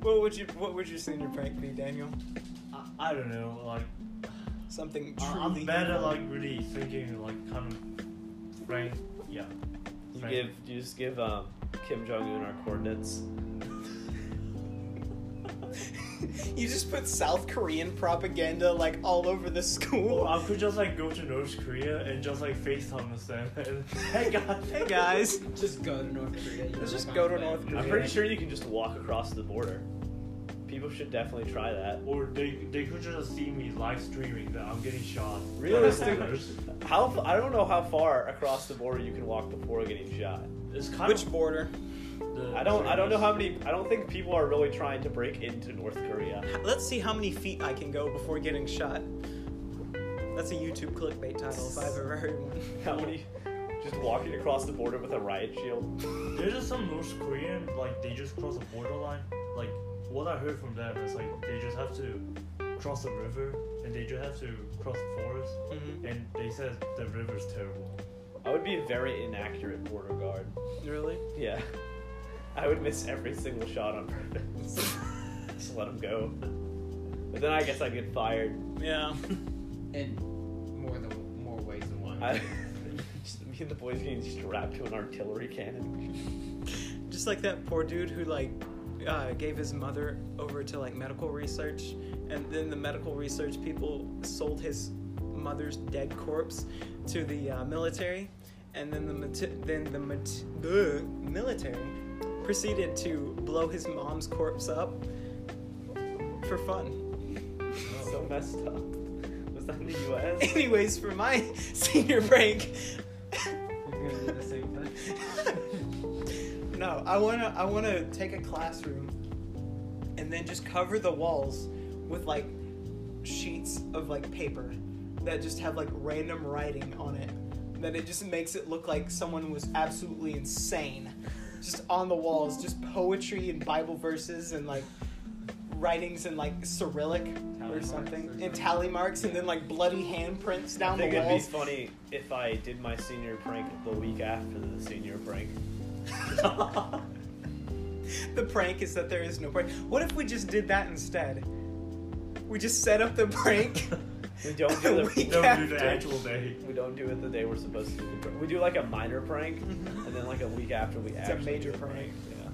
B: what would you What would your senior prank be, Daniel?
D: I, I don't know, like
B: Something
D: I-
B: truly.
D: I'm bad at
B: evil.
D: like really thinking like kind of frank. Yeah.
A: You
D: Frank.
A: give, you just give um, Kim Jong Un our coordinates.
B: you just put South Korean propaganda like all over the school.
D: Or I could just like go to North Korea and just like FaceTime with them. And, hey guys,
B: hey guys.
C: Just go to North Korea. you
B: Let's
C: know,
B: just
C: like
B: go
C: on
B: to
C: the
B: North
C: plane.
A: I'm
B: Yeah.
A: pretty sure you can just walk across the border. People should definitely try that.
D: Or they they could just see me live streaming that I'm getting shot.
A: Realistic- How f- I don't know how far across the border you can walk before getting shot.
D: It's kind
B: Which
D: of.
B: border?
D: the-
A: I don't I don't know how many I don't think people are really trying to break into North Korea.
B: Let's see how many feet I can go before getting shot. That's a YouTube clickbait title if I've ever heard one.
A: How many just walking across the border with a riot shield?
D: There's just some North Korean like they just cross the borderline. Like what I heard from them is like they just have to cross the river and they just have to cross the forest.
A: Mm-hmm.
B: Mhm.
D: And they said the river's terrible.
A: I would be a very inaccurate border guard.
B: Really?
A: Yeah. I would miss every single shot on purpose. just let them go. But then I guess I'd get fired.
B: Yeah.
C: In more than more ways than one.
A: I, just me and the boys getting strapped to an artillery cannon.
B: Just like that poor dude who like uh, gave his mother over to like medical research, and then the medical research people sold his mother's dead corpse to the uh, military, and then the mati- then the mat- the military proceeded to blow his mom's corpse up for fun.
A: So messed up. Was that in the US?
B: Anyways, for my senior prank.
C: You're gonna do the same thing.
B: no, I wanna I wanna take a classroom and then just cover the walls with like sheets of like paper that just have like random writing on it. That it just makes it look like someone was absolutely insane. Just on the walls, just poetry and Bible verses and like writings in like Cyrillic
C: Tally
B: or
C: marks
B: something.
C: or
B: and
C: something.
B: tally marks and then like bloody handprints
A: I
B: down
A: think
B: the
A: it'd be
B: walls.
A: funny if I did my senior prank the week after the senior prank.
B: the prank is that there is no prank. What if we just did that instead? We just set up the prank.
A: We don't do the
B: We-
D: Don't do the
B: Yeah.
D: actual day.
A: we don't do it the day we're supposed to do the prank. We do like a minor prank, and then like a week after we
B: It's a
A: actually
B: major
A: do the
B: prank.
A: Yeah.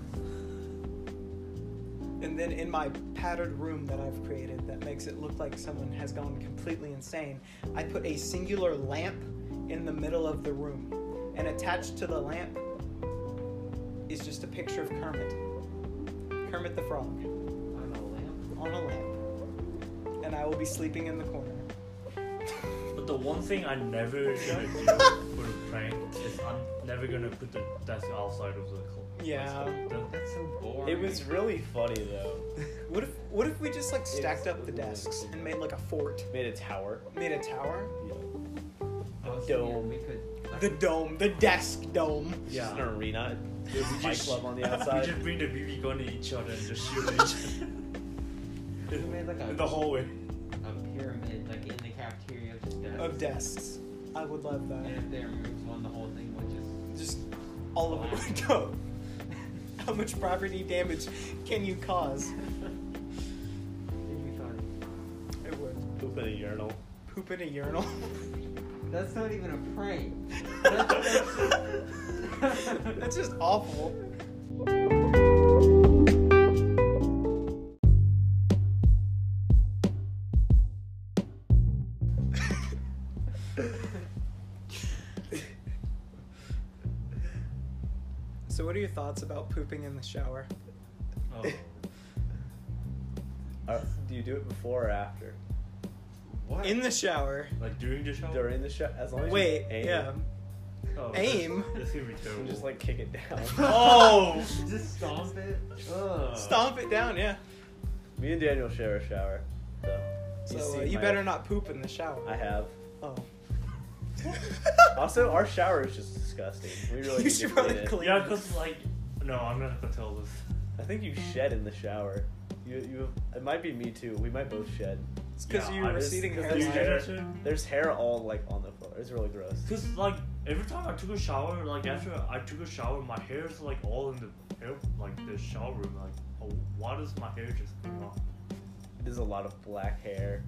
B: and then in my padded room that I've created that makes it look like someone has gone completely insane, I put a singular lamp in the middle of the room. And attached to the lamp is just a picture of Kermit. Kermit the frog
C: On a lamp.
B: on a lamp. And I will be sleeping in the corner.
D: But the one thing I never gonna do for the prank is I'm never gonna put the desk outside of the club.
B: Yeah.
C: That's so boring.
A: It was really funny though.
B: What if what if we just like stacked up the desks and made like a fort?
A: Made a tower.
B: Made a tower?
A: Yeah.
C: I was
A: Dome.
C: thinking We could.
B: The dome, the desk dome.
A: It's
D: Yeah.
A: Just an arena.
D: We
A: There's a fight
D: just-
A: club on the
D: We
A: outside.
D: just bring the BB gun to each other and just shoot at each other
C: We made like a,
D: in the hallway.
C: a a pyramid like in the cafeteria of just desks.
B: of desks. I would love
C: And
B: that.
C: if they removed one, the whole thing would
B: Just
C: just.
B: all of it would go. How much property damage can you cause?
C: It'd be fun.
B: It would.
A: Poop in a urinal.
B: Poop in a urinal.
C: That's not even a prank.
B: That's just awful. so, what are your thoughts about pooping in the shower?
D: Oh,
A: Uh, do you do it before or after?
E: What?
B: In the shower.
D: like during the show.
A: During the show, as long as
B: Wait,
A: you aim,
B: yeah.
D: Oh,
B: Aim.
D: This could be
A: you
D: terrible.
A: just like kick it down.
B: Oh!
C: just stomp it. Ugh.
B: Stomp it down, yeah.
A: Me and Daniel share a shower, so
B: So,
A: see
B: uh, you
A: my-
B: better not poop in the shower.
A: I have.
B: Oh.
A: Also, our shower is just disgusting. We really
B: you
A: need
B: should
A: to clean
B: probably
A: it.
B: clean
D: Yeah,
B: it.
D: because like, no, I'm not gonna tell this.
A: I think you shed in the shower. You, you. It might be me too. We might both shed.
B: It's because
D: Yeah,
B: you
D: I
B: were
D: just-
B: receding
A: Cause
D: Do you do
B: hairline.
D: that too?
A: There's hair all like on the floor. It's really gross.
D: Cause like every time I took a shower, like
A: Mm-hmm.
D: after I took a shower, my hair is like all in the hair, like the shower room. Like, oh, why does my hair just come off?
A: There's a lot of black hair.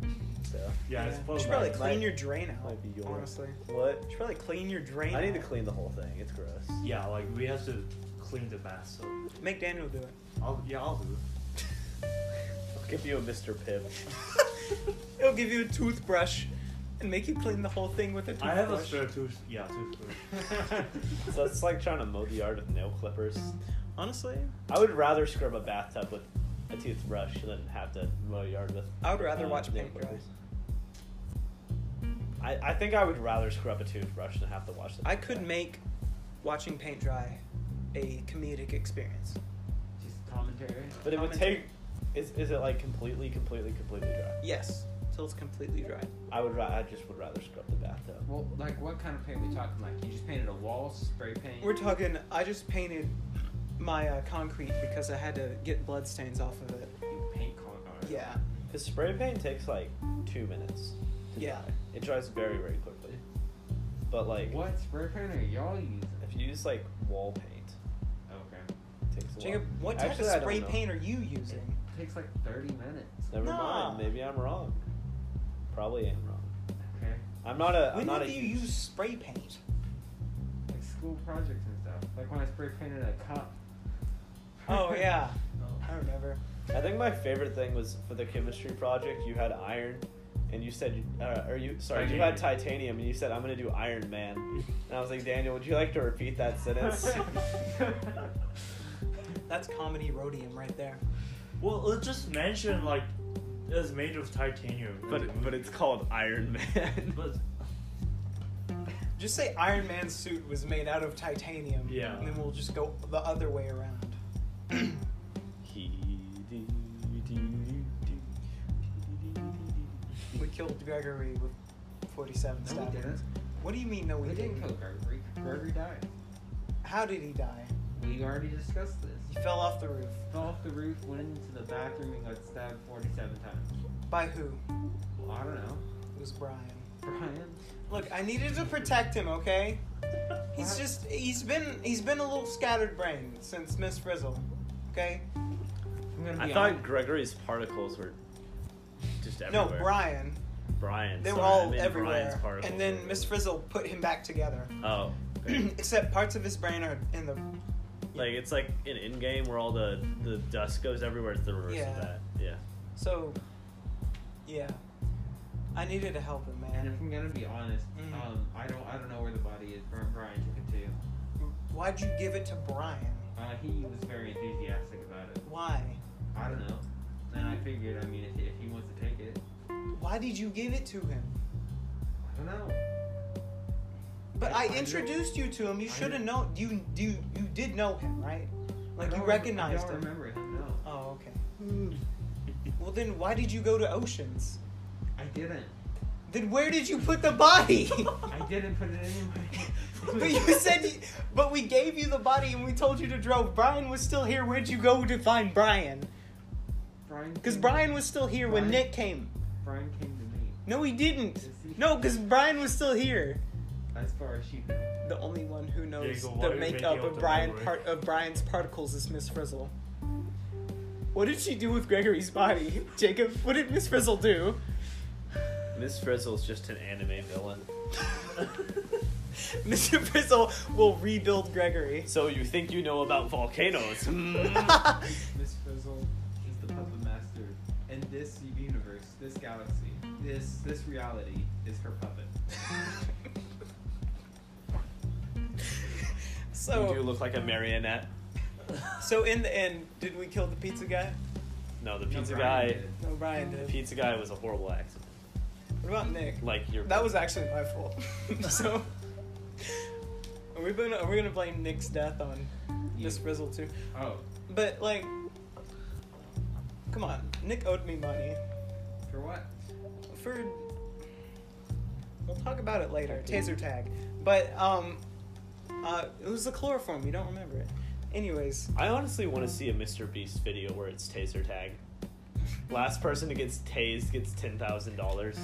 A: So
D: Yeah, it's
B: You
D: probably.
B: should probably
A: might-
B: clean
A: might-
B: your drain out.
A: might be yours.
B: Honestly, you
A: what?
B: should probably clean your drain.
A: I need
B: out.
A: to clean the whole thing. It's gross.
D: Yeah, like we have to clean the bath. So,
B: Make Daniel do it.
D: I'll, yeah, I'll do. it.
A: I'll give you a Mr. Pip.
B: It'll give you a toothbrush and make you clean the whole thing with a
D: I
B: toothbrush.
D: have a spare tooth. Yeah, toothbrush.
A: So it's like trying to mow the yard with nail clippers.
B: Honestly,
A: I would rather scrub a bathtub with a toothbrush than have to mow a yard with.
B: I would rather
A: uh,
B: watch
A: nail
B: paint dry.
A: clippers. I, I think I would rather scrub a toothbrush than have to watch the.
B: I
A: paint
B: could
A: dry.
B: make watching paint dry a comedic experience.
C: Just commentary.
A: But it would
B: Commentary.
A: take. Is, is it like completely, completely, completely dry?
B: Yes, till it's completely dry.
A: I would. ra- I just would rather scrub the bathtub.
C: Well, like what kind of paint we talking? Like you just painted a wall, spray paint.
B: We're talking. I just painted my uh, concrete because I had to get blood stains off of it.
C: You paint con. oh,
B: Yeah.
A: Because spray paint takes like two minutes. To
B: Yeah.
A: Dry. It dries very, very quickly. But like,
C: What spray paint are y'all using?
A: if you use like wall paint,
C: Okay.
A: it takes a
B: Jacob,
A: while.
B: what type
A: Actually, I don't
B: of spray
A: know.
B: paint are you using?
C: It takes like 30 minutes.
A: Never
B: Nah.
A: mind. Maybe I'm wrong. Probably am wrong.
C: Okay.
A: I'm not a. I'm
B: When
A: not
B: do
A: a
B: you
A: huge-
B: use spray paint?
C: Like school projects and stuff. Like when I spray painted a cup.
B: Oh yeah,
D: Oh.
B: I remember.
A: I think my favorite thing was for the chemistry project. You had iron, and you said, uh, or you sorry, you had titanium, and you said, "I'm gonna do Iron Man." And I was like, Daniel, would you like to repeat that sentence?
B: That's comedy rhodium right there.
D: Well, let's just mention like it's made of titanium.
A: but but it's called Iron Man.
D: But
B: Just say Iron Man's suit was made out of titanium.
D: Yeah.
B: And then we'll just go the other way around.
A: He do- do- do- do-
B: We killed Gregory with 47
C: No, we
B: stabbing.
C: didn't.
B: What do you mean? No, we,
C: We didn't kill Gregory. Gregory died.
B: How did he die?
C: We already discussed this.
B: He fell off the roof.
C: Fell off the roof, went into the bathroom, and got stabbed 47 times.
B: By who?
C: Well, I don't know.
B: It was Brian.
C: Brian?
B: Look, I needed to protect him, okay? He's just he's been he's been a little scattered brain since Miss Frizzle. Okay?
C: I'm gonna
A: I
C: be
A: thought
C: honest.
A: Gregory's particles were just
B: No,
A: everywhere.
B: Brian.
A: Brian.
B: They were
A: sorry, I
B: all
A: meant Brian's
B: everywhere.
A: particles
B: And
A: were-
B: then Miss Frizzle put him back together.
A: Oh,
B: Except parts of his brain are in the
A: like it's like an in game where all the the dust goes everywhere. It's the reverse
B: Yeah.
A: of that. Yeah.
B: So, yeah, I needed to help him,
C: And if
B: man.
C: I'm gonna be honest,
B: Mhm.
C: um, I don't, I don't know where the body is. Bri- Brian took it too.
B: Why'd you give it to Brian?
C: Uh, he was very enthusiastic about it.
B: Why?
C: I don't know. And I figured, I mean, if, if he wants to take it,
B: Why did you give it to him?
C: I don't know.
B: But
C: I-
B: I
C: I
B: introduced you to him. You
C: I
B: should have
C: knew-
B: known. You do. You, you did know him, right? Like
C: I
B: you
C: don't rem-
B: recognized
C: I don't
B: him.
C: remember Hmm. him. No,
B: Oh, okay. well, then why did you go to Oceans?
C: I didn't.
B: Then where did you put the body?
C: I didn't put it anywhere.
B: but you said. You, but we gave you the body and we told you to drove. Brian was still here. Where'd you go to find Brian?
C: Brian.
B: Because
C: came-
B: Brian was still here when
C: Brian-
B: Nick came.
E: Brian came to me.
B: No, he didn't.
E: Yes, he-
B: No, because Brian was still here.
E: As far as she knows.
B: The only one who knows
D: Diego, why are
B: the
D: you making
B: makeup
D: up
B: of
D: the
B: Brian
D: memory?
B: part of Brian's particles is Miss Frizzle. What did she do with Gregory's body, Jacob? What did Miss Frizzle do?
A: Miss Frizzle's just an anime villain.
B: Mr. Frizzle will rebuild Gregory.
A: So you think you know about volcanoes? Hmm. Mm.
E: Miss Frizzle is the puppet master, and this universe, this galaxy, this this reality is her puppet.
A: You do
B: so,
A: look like a marionette.
B: so in the end, did we kill the pizza guy?
A: No, the
E: No,
A: pizza guy.
E: Brian did.
B: No, Brian
A: The
B: did.
A: pizza guy was a horrible accident.
B: What about Nick?
A: Like your.
B: That was actually my fault. so, are we gonna are we gonna blame Nick's death on Miss
E: You.
B: Frizzle too?
E: Oh,
B: But like, come on, Nick owed me money
E: for what?
B: for. We'll talk about it later. Taser tag, but um, uh, it was the chloroform. You don't remember it, anyways.
A: I honestly want to see a Mr. Beast video where it's taser tag. Last person who gets tased gets ten thousand dollars.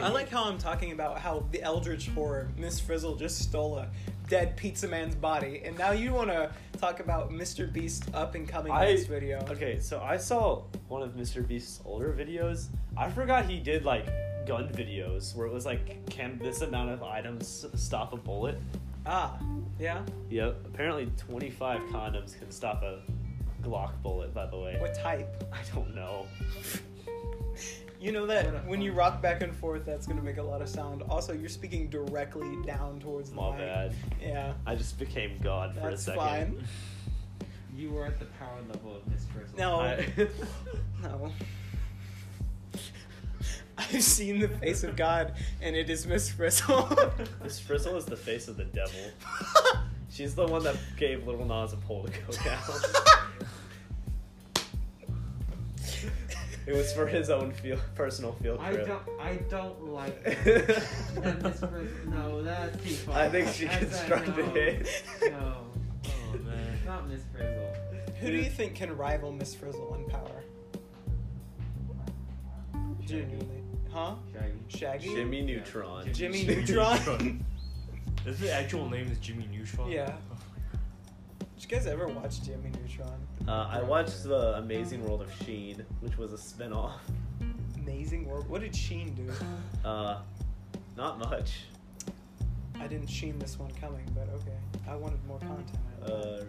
B: I like how I'm talking about how the Eldritch horror, Miss Frizzle just stole a dead pizza man's body, and now you want to talk about Mr. Beast up and coming
A: I-
B: in this video.
A: Okay, so I saw one of Mr. Beast's older videos. I forgot he did like gun videos where it was like, can this amount of items stop a bullet?
B: Ah, yeah.
A: Yep. Apparently, twenty-five condoms can stop a Glock bullet. By the way,
B: What type?
A: I don't know.
B: You know
E: What
B: that
E: a
B: when you
E: fun
B: rock back and forth, that's gonna make a lot of sound. Also, you're speaking directly down towards the
A: My
B: mic.
A: bad.
B: Yeah,
A: I just became God for a
B: that's
A: second.
B: fine.
E: You were at the power level of Miss Frizzle.
B: No.
A: I-
B: No. I've seen the face of God, and it is Miss Frizzle.
A: Miss Frizzle is the face of the devil. She's the one that gave Little Nas a pull to go down. it was for his own feel, personal field
E: I
A: trip.
E: don't. I don't like that. That Miss Frizzle. No, that's too far.
A: I think she
E: That's-
A: constructed
E: no.
A: it.
E: No.
D: Oh man.
E: Not Miss Frizzle.
B: Who do you think can rival Miss Frizzle in power? Genuinely. Huh?
E: Shaggy.
B: Shaggy?
A: Jimmy Neutron.
B: Jimmy
D: Jimmy
B: Neutron?
D: Neutron. Is the actual name is Jimmy Neutron? Oh
B: Yeah. Did you guys ever watch Jimmy Neutron?
A: Uh, I watched The Amazing World of Sheen, which was a spin off.
B: Amazing world. What did Sheen do?
A: Uh, not much.
B: I didn't sheen this one coming, but okay. I wanted more content.
A: Uh,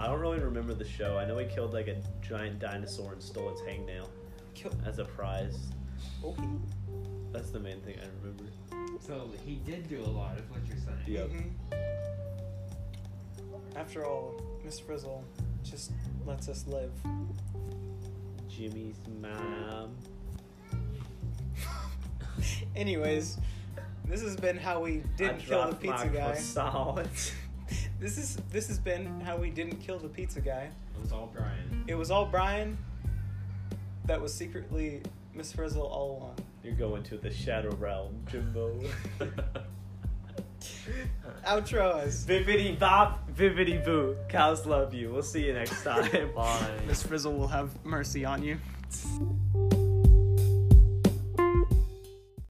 A: I don't really remember the show. I know he killed like a giant dinosaur and stole its hangnail
B: Kill. Oh,
A: as a prize.
B: Okay.
A: That's the main thing I remember.
E: So he did do a lot of what you're saying.
A: Yeah. Yep.
B: Mhm. After all, Miss Frizzle just lets us live.
A: Jimmy's mom.
B: Anyways, this has been how we didn't
A: I
B: kill the
A: dropped my
B: pizza guy.
A: croissant.
B: This is this has been how we didn't kill the pizza guy.
E: It was all Brian.
B: It was all Brian that was secretly Miss Frizzle all along.
A: You're going to the shadow realm, Jimbo.
B: Outro us.
A: Vividity bop, vividity boo. Cows love you. We'll see you next time.
D: Bye.
B: Miss Frizzle will have mercy on you.